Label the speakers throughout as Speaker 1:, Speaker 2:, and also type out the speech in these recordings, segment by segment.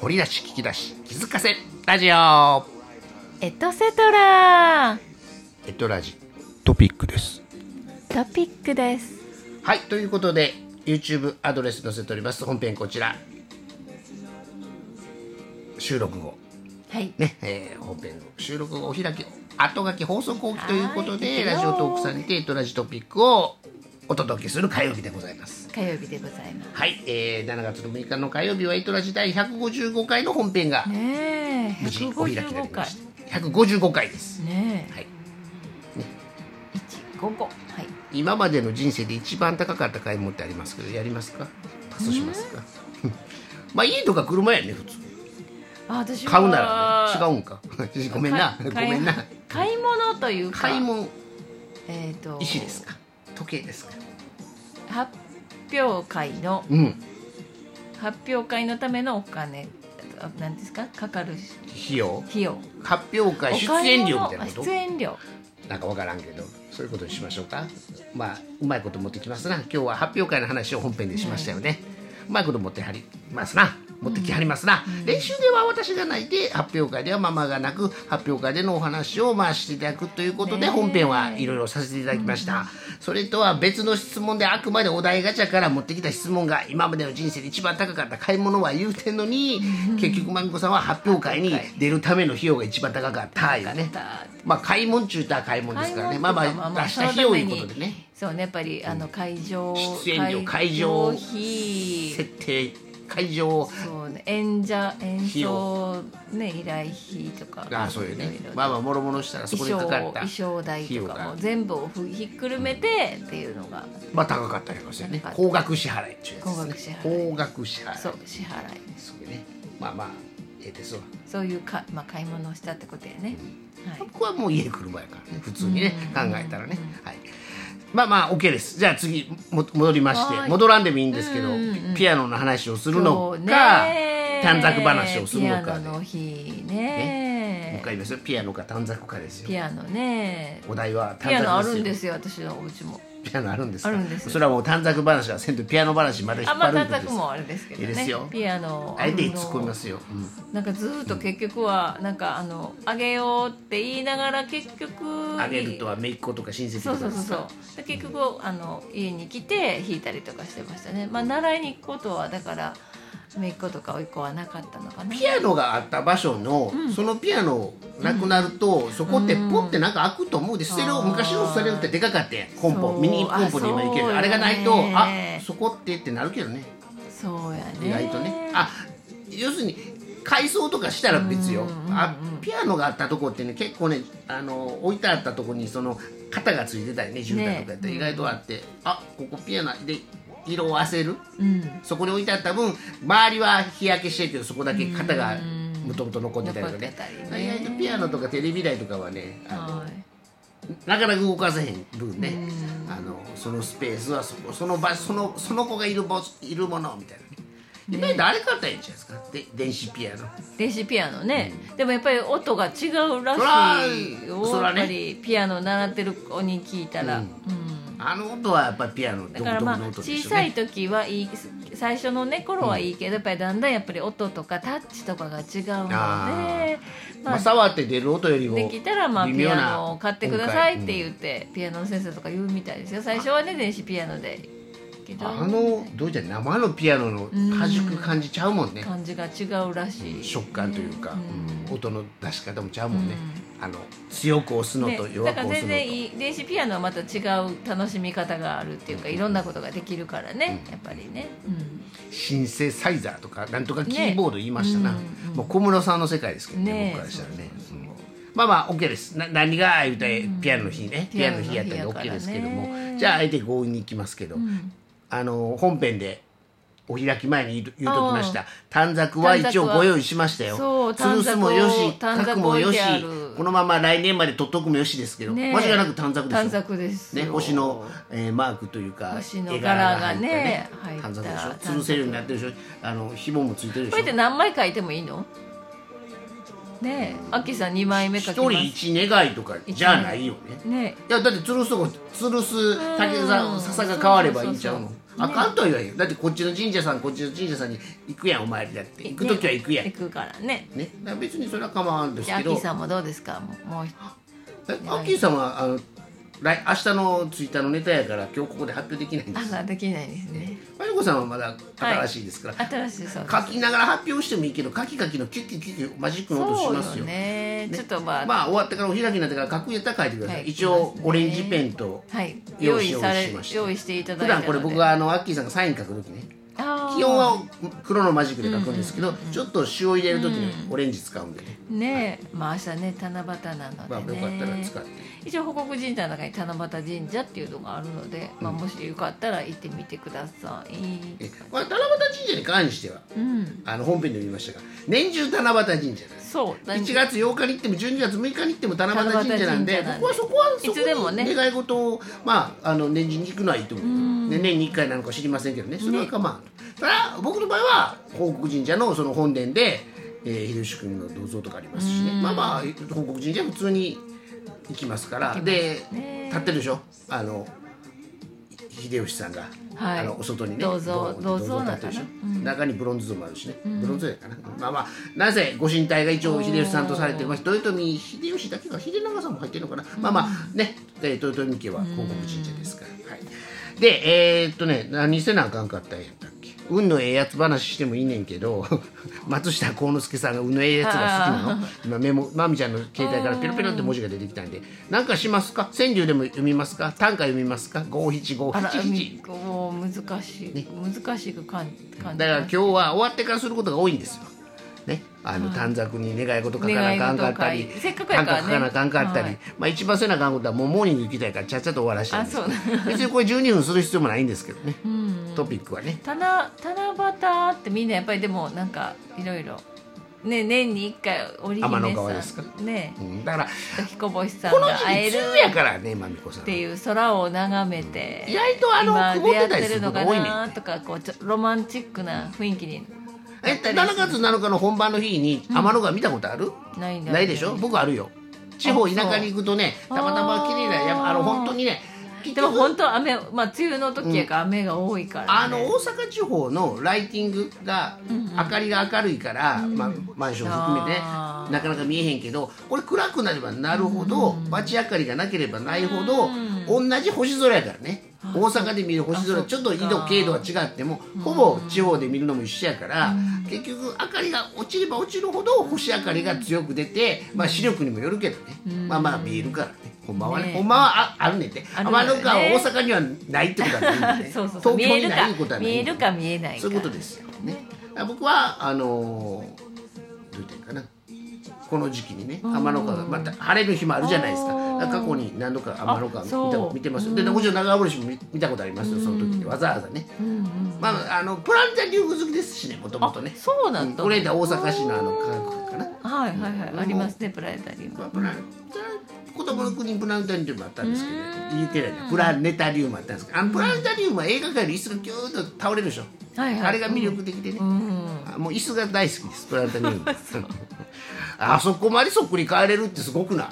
Speaker 1: 掘り出し聞き出し気づかせラジオ
Speaker 2: エトセトラ
Speaker 1: エトラジ
Speaker 3: トピックです
Speaker 2: トピックです
Speaker 1: はいということで YouTube アドレス載せております本編こちら収録後
Speaker 2: はい
Speaker 1: ね、 えー本編の収録後お開き後書き放送後期ということで
Speaker 2: はい
Speaker 1: ラジオトークさんにてエトラジトピックをお届けする火曜日でございます
Speaker 2: 火曜日でございま
Speaker 1: はい、えー、7月の6日の火曜日はエトラジ第155回の本編が
Speaker 2: すねえ
Speaker 1: 無事お開きになりま
Speaker 2: 155回
Speaker 1: した155回です、
Speaker 2: ね
Speaker 1: はい、
Speaker 2: え155はい
Speaker 1: 今までの人生で一番高かった買い物ってありますけどやりますかパスしますか まあ家とか車やね普通
Speaker 2: あ私は
Speaker 1: 買うならね違うんかごめんなご
Speaker 2: か
Speaker 1: めんな
Speaker 2: 買い買い物というか
Speaker 1: 買い物
Speaker 2: えっ、と
Speaker 1: 石ですか時計ですか
Speaker 2: 発表会の
Speaker 1: うん
Speaker 2: 発表会のためのお金あなんですかかかる
Speaker 1: 費用
Speaker 2: 費用
Speaker 1: 発表会出演料みたいなこ
Speaker 2: お買い物あ
Speaker 1: と
Speaker 2: 出演料
Speaker 1: なんかわからんけどそういうことにしましょうかまあうまいこと持ってきますな今日は発表会の話を本編でしましたよね、うまいこと持ってはりますな持ってきはりますな、練習では私がないで発表会ではママがなく発表会でのお話をまあしていただくということで
Speaker 2: ねえ
Speaker 1: 本編はいろいろさせていただきました、それとは別の質問であくまでお題ガチャから持ってきた質問が今までの人生で一番高かった買い物は言うてんのに結局まみこさんは発表会に出るための費用が一番高かったいうねまあ買い物中とは買い物ですからねまあまあ出した費用いうことでね
Speaker 2: そうねやっぱりあの会場
Speaker 1: 出演料会場設
Speaker 2: 費
Speaker 1: 定会場
Speaker 2: そうね演者演
Speaker 1: 費
Speaker 2: 奏ね依頼費とか
Speaker 1: ああそうよね
Speaker 2: ろいろ
Speaker 1: まあまあもろもろしたらそこ
Speaker 2: 衣
Speaker 1: に
Speaker 2: 装
Speaker 1: かかった
Speaker 2: 衣装代
Speaker 1: 費用
Speaker 2: とか
Speaker 1: が
Speaker 2: も全部をふひっくるめてっていうのが
Speaker 1: まあ高かったりますよね
Speaker 2: 高かった
Speaker 1: 高額支払いっていうやつですね
Speaker 2: 高額支
Speaker 1: 高額支
Speaker 2: 払い
Speaker 1: 払い
Speaker 2: そう支払い
Speaker 1: そうねまあまあええですわ
Speaker 2: そういうか、まあ、買い物をしたってことやね、はい
Speaker 1: 僕はもう家で車やからね普通にね考
Speaker 2: うん
Speaker 1: えたらねはいまあまあ OK ですじゃあ次も戻りまし
Speaker 2: は
Speaker 1: て
Speaker 2: い
Speaker 1: 戻らんでもいいんですけど
Speaker 2: うんうん
Speaker 1: ピアノの話をする
Speaker 2: そ
Speaker 1: の
Speaker 2: う
Speaker 1: か
Speaker 2: ね
Speaker 1: 短冊話をするの
Speaker 2: ピ
Speaker 1: か
Speaker 2: ア
Speaker 1: で
Speaker 2: ノ
Speaker 1: も
Speaker 2: の
Speaker 1: う
Speaker 2: 日ね
Speaker 1: 一回言いますよピアノか短冊かです
Speaker 2: ピ
Speaker 1: よ
Speaker 2: アノね
Speaker 1: お題は
Speaker 2: ピア
Speaker 1: 短
Speaker 2: ノあ
Speaker 1: 冊
Speaker 2: るん
Speaker 1: で
Speaker 2: です
Speaker 1: よ
Speaker 2: すよ私のお家も
Speaker 1: ピアノあるんですか
Speaker 2: あるんです
Speaker 1: それはもう短冊話はせんとピアノ話まで引
Speaker 2: あ
Speaker 1: っ
Speaker 2: ま
Speaker 1: 張
Speaker 2: あ
Speaker 1: るん
Speaker 2: 短
Speaker 1: です
Speaker 2: 冊もあれですけどね
Speaker 1: いいですよ
Speaker 2: ピアノ
Speaker 1: あえて突っ込みますよ、うん
Speaker 2: なんかずーっと結局はなんかあのあげようって言いながら結局
Speaker 1: あげるとは姪っ子とか親戚と
Speaker 2: そ
Speaker 1: か
Speaker 2: うそうそうそうで結局あの家に来て弾いたりとかしてましたねまあ習いに行くことはだから姪っ子とか甥っ子はなかったのかな
Speaker 1: ピアノがあった場所の、そのピアノなくなると、そこってポンってなんか開くと思うで捨てる
Speaker 2: あー
Speaker 1: 昔の捨てるってでかかってコン
Speaker 2: そ
Speaker 1: ポ
Speaker 2: う
Speaker 1: ミニコンポで今いけ
Speaker 2: あそうよ
Speaker 1: る
Speaker 2: ね
Speaker 1: あれがないとあそこってってなるけどね
Speaker 2: そうやね
Speaker 1: 意外とねあ要するに改装とかしたら別よ、
Speaker 2: うんうんうんうん
Speaker 1: あピアノがあったとこってね結構ねあの置いてあったとこにその肩がついてたりね絨毯とかやったら
Speaker 2: ね
Speaker 1: 意外とあって、あここピアノで色をあせる
Speaker 2: うん
Speaker 1: そこに置いてあった分周りは日焼けしてるけどそこだけ肩がもともと残ってたりとかね
Speaker 2: 残って
Speaker 1: 意
Speaker 2: たりね
Speaker 1: 外とピアノとかテレビ台とかはねあ
Speaker 2: はい
Speaker 1: のなかなか動かせへん分ねあのそのスペースはそこその場そのその子がいるぼいるものみたいなね意外とあれ買ったらいいんじゃないですかで電子ピアノ
Speaker 2: 電子ピアノね、でもやっぱり音が違うらしいよ
Speaker 1: そらそら
Speaker 2: やっ
Speaker 1: ね
Speaker 2: ぱりピアノ習ってる子に聞いたら、
Speaker 1: う
Speaker 2: うんん
Speaker 1: あの音はやっぱりピアノ
Speaker 2: だ
Speaker 1: 独
Speaker 2: から
Speaker 1: 特
Speaker 2: まあ
Speaker 1: の音で
Speaker 2: 小
Speaker 1: しょ
Speaker 2: さい
Speaker 1: ね
Speaker 2: 時はいい最初のね頃はいいけど、やっぱりだんだんやっぱり音とかタッチとかが違うので
Speaker 1: あ
Speaker 2: ま
Speaker 1: ま
Speaker 2: あ
Speaker 1: あ、触って出る音よりも
Speaker 2: できたらまあ
Speaker 1: 微
Speaker 2: ピ
Speaker 1: 妙な
Speaker 2: アノを買ってくださいって
Speaker 1: う
Speaker 2: 言って、ピアノの先生とか言うみたいですよ最初はね電子ピアノでけど
Speaker 1: あのどうじゃ生のピアノの弾く感じちゃうもんね
Speaker 2: 感じが違うらしい
Speaker 1: 食感というか、
Speaker 2: うん
Speaker 1: うん音の出し方もちゃうもんね、あの強く押すの
Speaker 2: ね
Speaker 1: と、弱
Speaker 2: だ
Speaker 1: く
Speaker 2: から
Speaker 1: 押す
Speaker 2: 全
Speaker 1: のと、
Speaker 2: 然いい電子ピアノはまた違う楽しみ方があるっていうかいろんなことができるからね、やっぱりね、うん
Speaker 1: シンセサイザーとかなんとかキーボード言いましたな、
Speaker 2: ねうんうん
Speaker 1: もう小室さんの世界ですけどね
Speaker 2: ね
Speaker 1: 僕からしたらね
Speaker 2: そうそうそう
Speaker 1: うんまあまあ OK ですな何が言うたらピアノの日ね、
Speaker 2: うん
Speaker 1: ピアノの日やったら
Speaker 2: ピアノの日
Speaker 1: OK
Speaker 2: やからね
Speaker 1: ですけどもじゃああえて強引に行きますけど、
Speaker 2: うん
Speaker 1: あの本編でお開き前に言う言うときました短冊は一応
Speaker 2: 短冊は
Speaker 1: ご用意しましたよ
Speaker 2: そう
Speaker 1: 吊るすもよし
Speaker 2: 短冊を
Speaker 1: 書くもよし
Speaker 2: 短冊置いてある
Speaker 1: このまま来年まで取っとくもよしですけど、
Speaker 2: ねえ
Speaker 1: 間違いなく短冊ですよ
Speaker 2: 短冊ですよ
Speaker 1: ね、星の、えーマークというか
Speaker 2: 星の
Speaker 1: 絵
Speaker 2: 柄がね
Speaker 1: 短冊でし
Speaker 2: 入
Speaker 1: ょ
Speaker 2: った
Speaker 1: 吊るせるようになってるでしょあの紐もついてるでし
Speaker 2: こ
Speaker 1: ょ
Speaker 2: れって何枚書いてもいいのねえアッキーさん2枚目書
Speaker 1: 一
Speaker 2: きま
Speaker 1: 人
Speaker 2: す
Speaker 1: 一願いとかじゃないよね
Speaker 2: ね
Speaker 1: いやだって吊るすとこ吊るす竹
Speaker 2: う
Speaker 1: さ
Speaker 2: ん
Speaker 1: 笹が変わればいいんちゃう
Speaker 2: そう
Speaker 1: の
Speaker 2: そうそう
Speaker 1: あかんとは言わへんよだってこっちの神社さんこっちの神社さんに行くやんお前だって
Speaker 2: え
Speaker 1: 行く時は行くやん
Speaker 2: 行くからね
Speaker 1: ねだから別にそれは構わんです
Speaker 2: じゃあア
Speaker 1: け
Speaker 2: ッキー
Speaker 1: ど
Speaker 2: さんもどうですかもうもう
Speaker 1: えアッキーさんはあの来明日のツイッターのネタやから今日ここで発表できないんで
Speaker 2: あ
Speaker 1: す
Speaker 2: ができないですね
Speaker 1: まゆこさんはまだ新しいですから、
Speaker 2: 新しいそうです
Speaker 1: 書きながら発表してもいいけど書き書きのキュッキュッキュッキュマジックの音しますよ
Speaker 2: そうよねちょっとまあ、
Speaker 1: まあ終わってからお開きになってから書くやったら書いてください、
Speaker 2: はい
Speaker 1: 一応オレンジペンと、
Speaker 2: はい
Speaker 1: 用
Speaker 2: 用
Speaker 1: 意
Speaker 2: 意
Speaker 1: を
Speaker 2: され
Speaker 1: しました
Speaker 2: 用意していただ
Speaker 1: 普
Speaker 2: いた
Speaker 1: 段
Speaker 2: ので
Speaker 1: これ僕があのアッキーさんがサイン書く時ね
Speaker 2: あー
Speaker 1: 基本は黒のマジックで書くんですけど、ちょっと塩入れる時にオレンジ使うんでね、
Speaker 2: ねえまあ明日ね七夕
Speaker 1: ま
Speaker 2: な
Speaker 1: あよ
Speaker 2: ので、ね
Speaker 1: かったら使って
Speaker 2: 一応報告神社の中に七夕神社っていうのがあるので、まあ、もしよかったら行ってみてください、
Speaker 1: えこれ七夕神社に関しては
Speaker 2: うん
Speaker 1: あの本編でも言いましたが年中七夕神社なんです
Speaker 2: そう
Speaker 1: 1月8日に行っても12月6日に行っても七夕神社なんで
Speaker 2: 七夕神社なんで
Speaker 1: 僕はそこはそ
Speaker 2: いつで
Speaker 1: こ
Speaker 2: も
Speaker 1: に
Speaker 2: ね
Speaker 1: 願い事を、まあ、あの年次に行くのはいいと思うで年に1回なのか知りませんけどねそれは構わん、ただ僕の場合は報告神社のその本殿で、えー、秀吉君の銅像とかありますしねまあまあ報告神社普通に行きますから
Speaker 2: 行き
Speaker 1: で
Speaker 2: ますね
Speaker 1: 立ってるでしょあの秀吉さんが、
Speaker 2: はい
Speaker 1: あのお外にね
Speaker 2: 銅像
Speaker 1: ドーンって
Speaker 2: 銅像なのかな
Speaker 1: 立ってるでしょ中にブロンズ像もあるしね、ブロンズ像やかな、まあまあなぜご神体が一応秀吉さんとされてまあ豊臣秀吉だけが秀長さんも入ってるのかな、まあまあねで豊臣家は広告神社ですから、はい、でえーっとね何せなあかんかったんやったっけ運のええやつ話してもいいねんけど 松下幸之助さんが運のええやつが好きなの今メモまみちゃんの携帯からピロピロって文字が出てきたんでなんかしますか川柳でも読みますか短歌読みますか五七五
Speaker 2: あら
Speaker 1: 七七
Speaker 2: もう難しい、難しく感感じ
Speaker 1: だから今日は終わってからすることが多いんですよ。ね、あの短冊に願い事書かなあかんかったり
Speaker 2: 願い事を書いてせっかく
Speaker 1: 短
Speaker 2: やから
Speaker 1: 歌
Speaker 2: ね
Speaker 1: 書かなあかんかったり、
Speaker 2: はい
Speaker 1: まあ、一番せなあかんことはもうモーニング行きたいからちゃっちゃと終わらしたんですけど
Speaker 2: あそう
Speaker 1: 別にこれ12分する必要もないんですけどね、トピックはね
Speaker 2: 七七夕ってみんなやっぱりでもなんかいろいろね年に一回織姫さん
Speaker 1: 天の川ですか
Speaker 2: ね
Speaker 1: うんだから
Speaker 2: え彦星さん
Speaker 1: この時
Speaker 2: が
Speaker 1: 期
Speaker 2: 会え
Speaker 1: 梅
Speaker 2: る
Speaker 1: 雨やからねまみこさん
Speaker 2: っていう空を眺めて
Speaker 1: 意外とあの
Speaker 2: 今
Speaker 1: 曇
Speaker 2: 出
Speaker 1: って
Speaker 2: 会
Speaker 1: たり
Speaker 2: って
Speaker 1: する
Speaker 2: る
Speaker 1: こと
Speaker 2: の
Speaker 1: が
Speaker 2: か
Speaker 1: 多いね
Speaker 2: なとかこうちょロマンチックな雰囲気に
Speaker 1: え7月7日の本番の日に天の川見たことある、
Speaker 2: ないんだ
Speaker 1: ないでしょ僕あるよ地方田舎に行くとねた
Speaker 2: あそう
Speaker 1: またま綺麗なやっぱあの本当にね
Speaker 2: でも本当雨まあ梅雨の時やから雨が多いから
Speaker 1: あ
Speaker 2: ね、
Speaker 1: の大阪地方のライティングが、明かりが明るいから、まあ、マンション含めてね
Speaker 2: あー
Speaker 1: なかなか見えへんけどこれ暗くなればなるほど、街明かりがなければないほど、同じ星空やからね大阪で見る星
Speaker 2: あ
Speaker 1: 空
Speaker 2: そっか
Speaker 1: ちょっと緯度経度は違ってもほぼ地方で見るのも一緒やから、結局明かりが落ちれば落ちるほど星明かりが強く出て、まあ、視力にもよるけどね、まあまあ見えるからねほんまはね
Speaker 2: ね
Speaker 1: ほんまはああるねんて
Speaker 2: あ
Speaker 1: 天
Speaker 2: る
Speaker 1: の
Speaker 2: のよね
Speaker 1: 川は大阪にはないってことはないんでね
Speaker 2: そうそうそう見
Speaker 1: 東京に
Speaker 2: え
Speaker 1: な
Speaker 2: るか
Speaker 1: いことはない
Speaker 2: 見えるか見えないか
Speaker 1: そういうことですよね。だから僕はあのーどう言ってんかな。この時期にね天の川がまた晴れる日もあるじゃないですか
Speaker 2: あー
Speaker 1: だから過去に何度か天の川
Speaker 2: あ
Speaker 1: 見
Speaker 2: そ
Speaker 1: た
Speaker 2: う
Speaker 1: 見てますよでもちろん長堀市も見見たことありますよその時にわざわざね、まああのプラネタリウム好きですしねもともとね
Speaker 2: あそうなんだ
Speaker 1: これで大阪市のあの科学館かな
Speaker 2: はいはいはいありますねプラネタリウム
Speaker 1: まあ、プラネタ子供の国にプラネタリウムあったんですけど言えてないなプラネタリウムあったんですけどあのプラネタリウムは映画界の椅子がキューッと倒れるでしょ、
Speaker 2: はいはい
Speaker 1: あれが魅力的でね、あもう椅子が大好きですプラネタリウムあそこまでそっくり帰れるってすごくない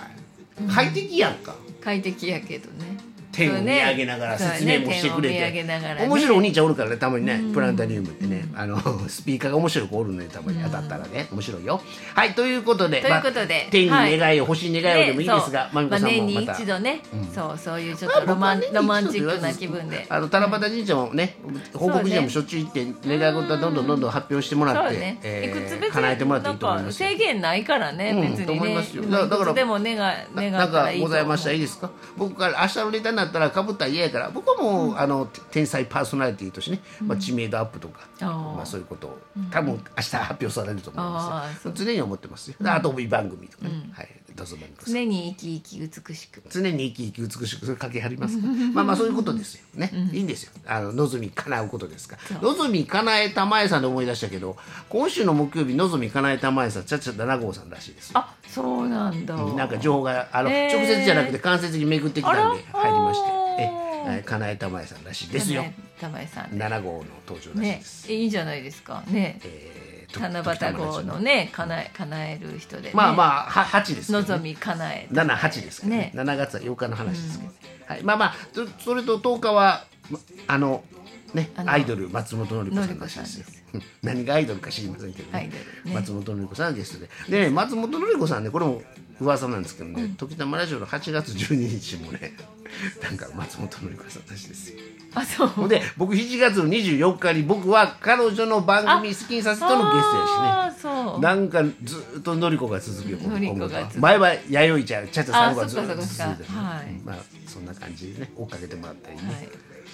Speaker 1: 快適やんか
Speaker 2: 快適やけどね
Speaker 1: 天を
Speaker 2: そう
Speaker 1: 見
Speaker 2: ね
Speaker 1: 上げながら説明もしてくれ
Speaker 2: そう
Speaker 1: て、
Speaker 2: ね天を見上げながらね
Speaker 1: 面白いお兄ちゃんおるからねたまにねプラネタリウムってねあのスピーカーが面白い子おるのよたまに当たったらね面白いよはいということで
Speaker 2: ということで
Speaker 1: まあ天に
Speaker 2: はい
Speaker 1: 願いを星に願いをでもいいですが、
Speaker 2: ねそ
Speaker 1: ま
Speaker 2: う
Speaker 1: みこさん
Speaker 2: 年
Speaker 1: も
Speaker 2: に
Speaker 1: また
Speaker 2: 一度ね、そうそういうちょっとロマン、ロマンチックな気分で
Speaker 1: あの七夕神社もね報告神社もしょっちゅう行って願い事はどんどんどんどん発表してもら
Speaker 2: そ
Speaker 1: っ
Speaker 2: う
Speaker 1: て、
Speaker 2: ね、
Speaker 1: えー
Speaker 2: いくつ別
Speaker 1: 叶えて
Speaker 2: に
Speaker 1: もらってい
Speaker 2: ないん
Speaker 1: と思い
Speaker 2: か
Speaker 1: ますよ
Speaker 2: 制限ないからね、
Speaker 1: うん
Speaker 2: 別にね
Speaker 1: と思いますよ
Speaker 2: うん
Speaker 1: だだから
Speaker 2: いくつでも願い
Speaker 1: な
Speaker 2: 願
Speaker 1: なん
Speaker 2: った
Speaker 1: から
Speaker 2: いいと
Speaker 1: ご
Speaker 2: 思う
Speaker 1: ざいましたらいいですか僕から明日のネタになったらかぶったら嫌やから僕はもう、あの天才パーソナリティとしてね、まあ、知名度アップとか、
Speaker 2: あー
Speaker 1: まあ、そういうことを多分明日発表されると思いま
Speaker 2: あー
Speaker 1: す
Speaker 2: そ
Speaker 1: よ
Speaker 2: う
Speaker 1: 常に思ってますよあと帯番組とかね、はい、どうぞ番組
Speaker 2: 常に生き生き美しく
Speaker 1: 常に生き生き美しくそれ書き張り ますからまあまあそういうことですよね、いいんですよあの望み叶うことですから望み叶えたまえさんで思い出したけど今週の木曜日望み叶えたまえさんちゃちゃ7号さんらしいですよ
Speaker 2: あそうなんだ
Speaker 1: なんか情報があの、
Speaker 2: えー
Speaker 1: 直接じゃなくて間接に巡ってきたんで
Speaker 2: あら
Speaker 1: 入りまして
Speaker 2: あー
Speaker 1: えはい叶えたまえさんらしいですよ
Speaker 2: 玉井玉井さん
Speaker 1: 7号の登場らしい
Speaker 2: ね
Speaker 1: です、
Speaker 2: いいじゃないですかね
Speaker 1: ええーと
Speaker 2: 七夕号のね叶え叶える人で、ね、
Speaker 1: まあまあは八ですけどね
Speaker 2: 望み叶え
Speaker 1: 七八ですけどね
Speaker 2: ね
Speaker 1: 7月は8日の話ですけど、はい、まあまあそそれと10日はまあのね
Speaker 2: あの
Speaker 1: アイドル松本のり子さんの話ですよ
Speaker 2: のりこ
Speaker 1: 何がアイドルか知りませんけど
Speaker 2: アイ
Speaker 1: ね
Speaker 2: ドルね
Speaker 1: 松本のり子さんがゲストでで、ね松本のり子さんねこれも噂なんですけどね、時たまラジオの8月12日もね なんか松本のり子さんの話ですよ
Speaker 2: あそう
Speaker 1: ほんで僕7月24日に僕は彼女の番組「スキンサス」とのゲストやしね
Speaker 2: あーそう
Speaker 1: なんかずっとのりこが続くよ、この
Speaker 2: のりこが続く
Speaker 1: 今後は前は弥生ちゃん、ちゃちゃさんが
Speaker 2: あ
Speaker 1: ずっと続いて
Speaker 2: そっかそっかそっかはい
Speaker 1: うんまあそんな感じでね、追っかけてもらったりね。
Speaker 2: はい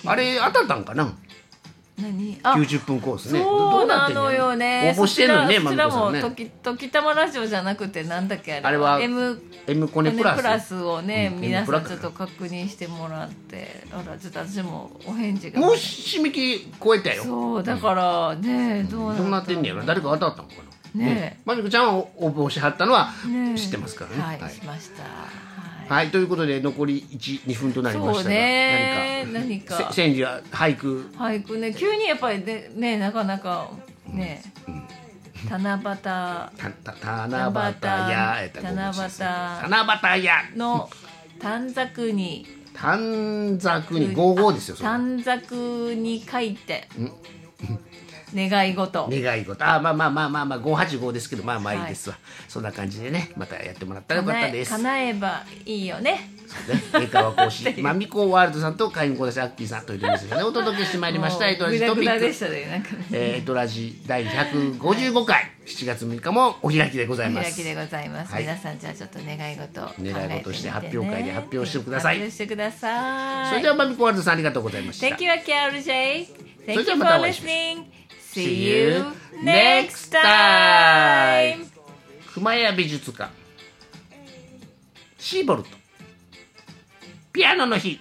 Speaker 1: あれ当たったんかな
Speaker 2: 何あ
Speaker 1: ?90 分コースね。
Speaker 2: そう
Speaker 1: ど
Speaker 2: な
Speaker 1: ってん
Speaker 2: のよね。
Speaker 1: 応募してんのにね、
Speaker 2: そ
Speaker 1: ま
Speaker 2: ち
Speaker 1: み
Speaker 2: ら
Speaker 1: こ
Speaker 2: そ
Speaker 1: さん
Speaker 2: ちらも
Speaker 1: ね。
Speaker 2: 時時たまラジオじゃなくてなんだっけあれ
Speaker 1: あれは
Speaker 2: M
Speaker 1: M コ
Speaker 2: コ
Speaker 1: ネ
Speaker 2: ネ
Speaker 1: プ
Speaker 2: プ
Speaker 1: ラス。
Speaker 2: ラスをね、
Speaker 1: うん
Speaker 2: 皆
Speaker 1: M プ
Speaker 2: さ
Speaker 1: ラ
Speaker 2: ん
Speaker 1: か
Speaker 2: ちょっと確認してもらって、あらちょっと私もお返事が。
Speaker 1: もう締め切り超えたよ。ど
Speaker 2: そうだからねどう
Speaker 1: うなってんねやろ誰か当たったのかな
Speaker 2: ねえ
Speaker 1: まみこちゃんを応募しはったのは
Speaker 2: ね
Speaker 1: 知ってますからね。
Speaker 2: はい、
Speaker 1: はい
Speaker 2: しました。はい。
Speaker 1: はい、ということで残り1、2分となりまし
Speaker 2: そう
Speaker 1: たが、
Speaker 2: ね何
Speaker 1: 何か、
Speaker 2: か
Speaker 1: せ千里は俳句
Speaker 2: 俳句ね急にやっぱりねねなかなかね、七
Speaker 1: たた七夕ややったらご存知ですね七夕や
Speaker 2: 夕の短冊に。
Speaker 1: 短冊に五五ですよそれ
Speaker 2: 短冊に書いて願い事
Speaker 1: 願い事あまあまあまあまあまあ五八五ですけどまあまあいいですわ、そんな感じでねまたやってもらったらよかっ
Speaker 2: 叶
Speaker 1: た
Speaker 2: え
Speaker 1: です
Speaker 2: 叶えばいいよね
Speaker 1: ね、英会話講 師まみこワールドさんと会員講師アッキーさんというですねお届けしてまいりました
Speaker 2: も
Speaker 1: エト
Speaker 2: う
Speaker 1: ラ
Speaker 2: グ
Speaker 1: ジ
Speaker 2: ダ
Speaker 1: ト
Speaker 2: グ
Speaker 1: ピ
Speaker 2: ダで
Speaker 1: ッ
Speaker 2: し
Speaker 1: ク
Speaker 2: たねなんかね
Speaker 1: えーエトラジ第155回7月6日もお開きでござい
Speaker 2: お
Speaker 1: ま
Speaker 2: 開
Speaker 1: す
Speaker 2: きでございます、
Speaker 1: はい
Speaker 2: 皆さんじゃあちょっと願い事を考えてみて、ね、
Speaker 1: 願い事して発表会で発表してください
Speaker 2: 発表してください
Speaker 1: それではまみこワールドさんありがとうございました
Speaker 2: Thank you KRJ
Speaker 1: それ
Speaker 2: Thank
Speaker 1: じゃあ
Speaker 2: you for
Speaker 1: またお会いしましょう
Speaker 2: listening
Speaker 1: See
Speaker 2: See you
Speaker 1: you
Speaker 2: next
Speaker 1: next
Speaker 2: time
Speaker 1: 熊谷美術館シーボルトピアノの日